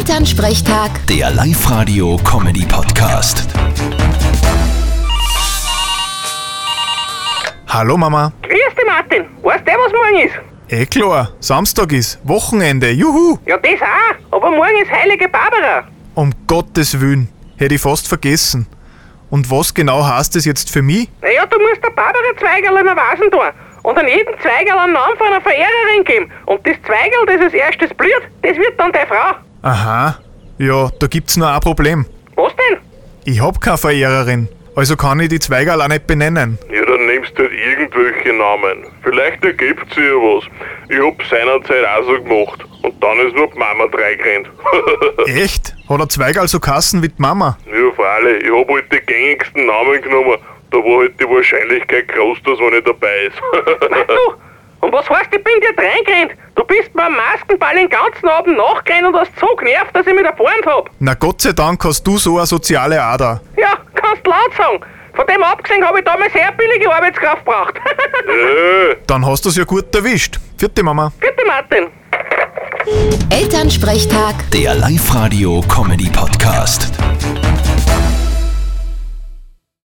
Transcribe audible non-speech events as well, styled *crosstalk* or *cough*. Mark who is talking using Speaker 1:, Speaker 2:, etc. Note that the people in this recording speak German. Speaker 1: Elternsprechtag,
Speaker 2: Der Live-Radio-Comedy-Podcast.
Speaker 3: Hallo Mama.
Speaker 4: Grüß dich, Martin. Weißt du, was morgen ist?
Speaker 3: Eh klar, Samstag ist Wochenende, juhu!
Speaker 4: Ja, das auch. Aber morgen ist Heilige Barbara.
Speaker 3: Um Gottes Willen, hätte ich fast vergessen. Und was genau heißt das jetzt für mich?
Speaker 4: Naja, du musst der Barbara Zweigerl einen Vasen tun und an jedem Zweigerl einen Namen von einer Verehrerin geben. Und das Zweigerl, das als erstes blüht, das wird dann deine Frau.
Speaker 3: Aha, ja, da gibt's nur ein Problem.
Speaker 4: Was denn?
Speaker 3: Ich hab keine Verehrerin, also kann ich die Zweigerl auch nicht benennen.
Speaker 5: Ja, dann nimmst du halt irgendwelche Namen. Vielleicht ergibt sich ja was. Ich hab seinerzeit auch so gemacht. Und dann ist nur die Mama dreigerannt.
Speaker 3: Echt? Hat er Zweigerl so Kassen wie die Mama?
Speaker 5: *laughs* ja, freilich. Ich hab halt die gängigsten Namen genommen. Da war halt die Wahrscheinlichkeit groß, dass man nicht dabei
Speaker 4: Weißt
Speaker 5: ist. *laughs*
Speaker 4: du? Und was heißt, ich bin dir reingerannt? Du bist beim Maskenball den ganzen Abend nachgerannt und hast so genervt, dass ich mich erfahren hab.
Speaker 3: Na Gott sei Dank hast du so eine soziale Ader.
Speaker 4: Ja, kannst laut sagen. Von dem abgesehen habe ich damals sehr billige Arbeitskraft gebraucht. *laughs*
Speaker 5: äh,
Speaker 3: Dann hast du's ja gut erwischt. Vierte Mama.
Speaker 4: Bitte, Martin.
Speaker 1: Elternsprechtag.
Speaker 2: Der Live-Radio-Comedy-Podcast.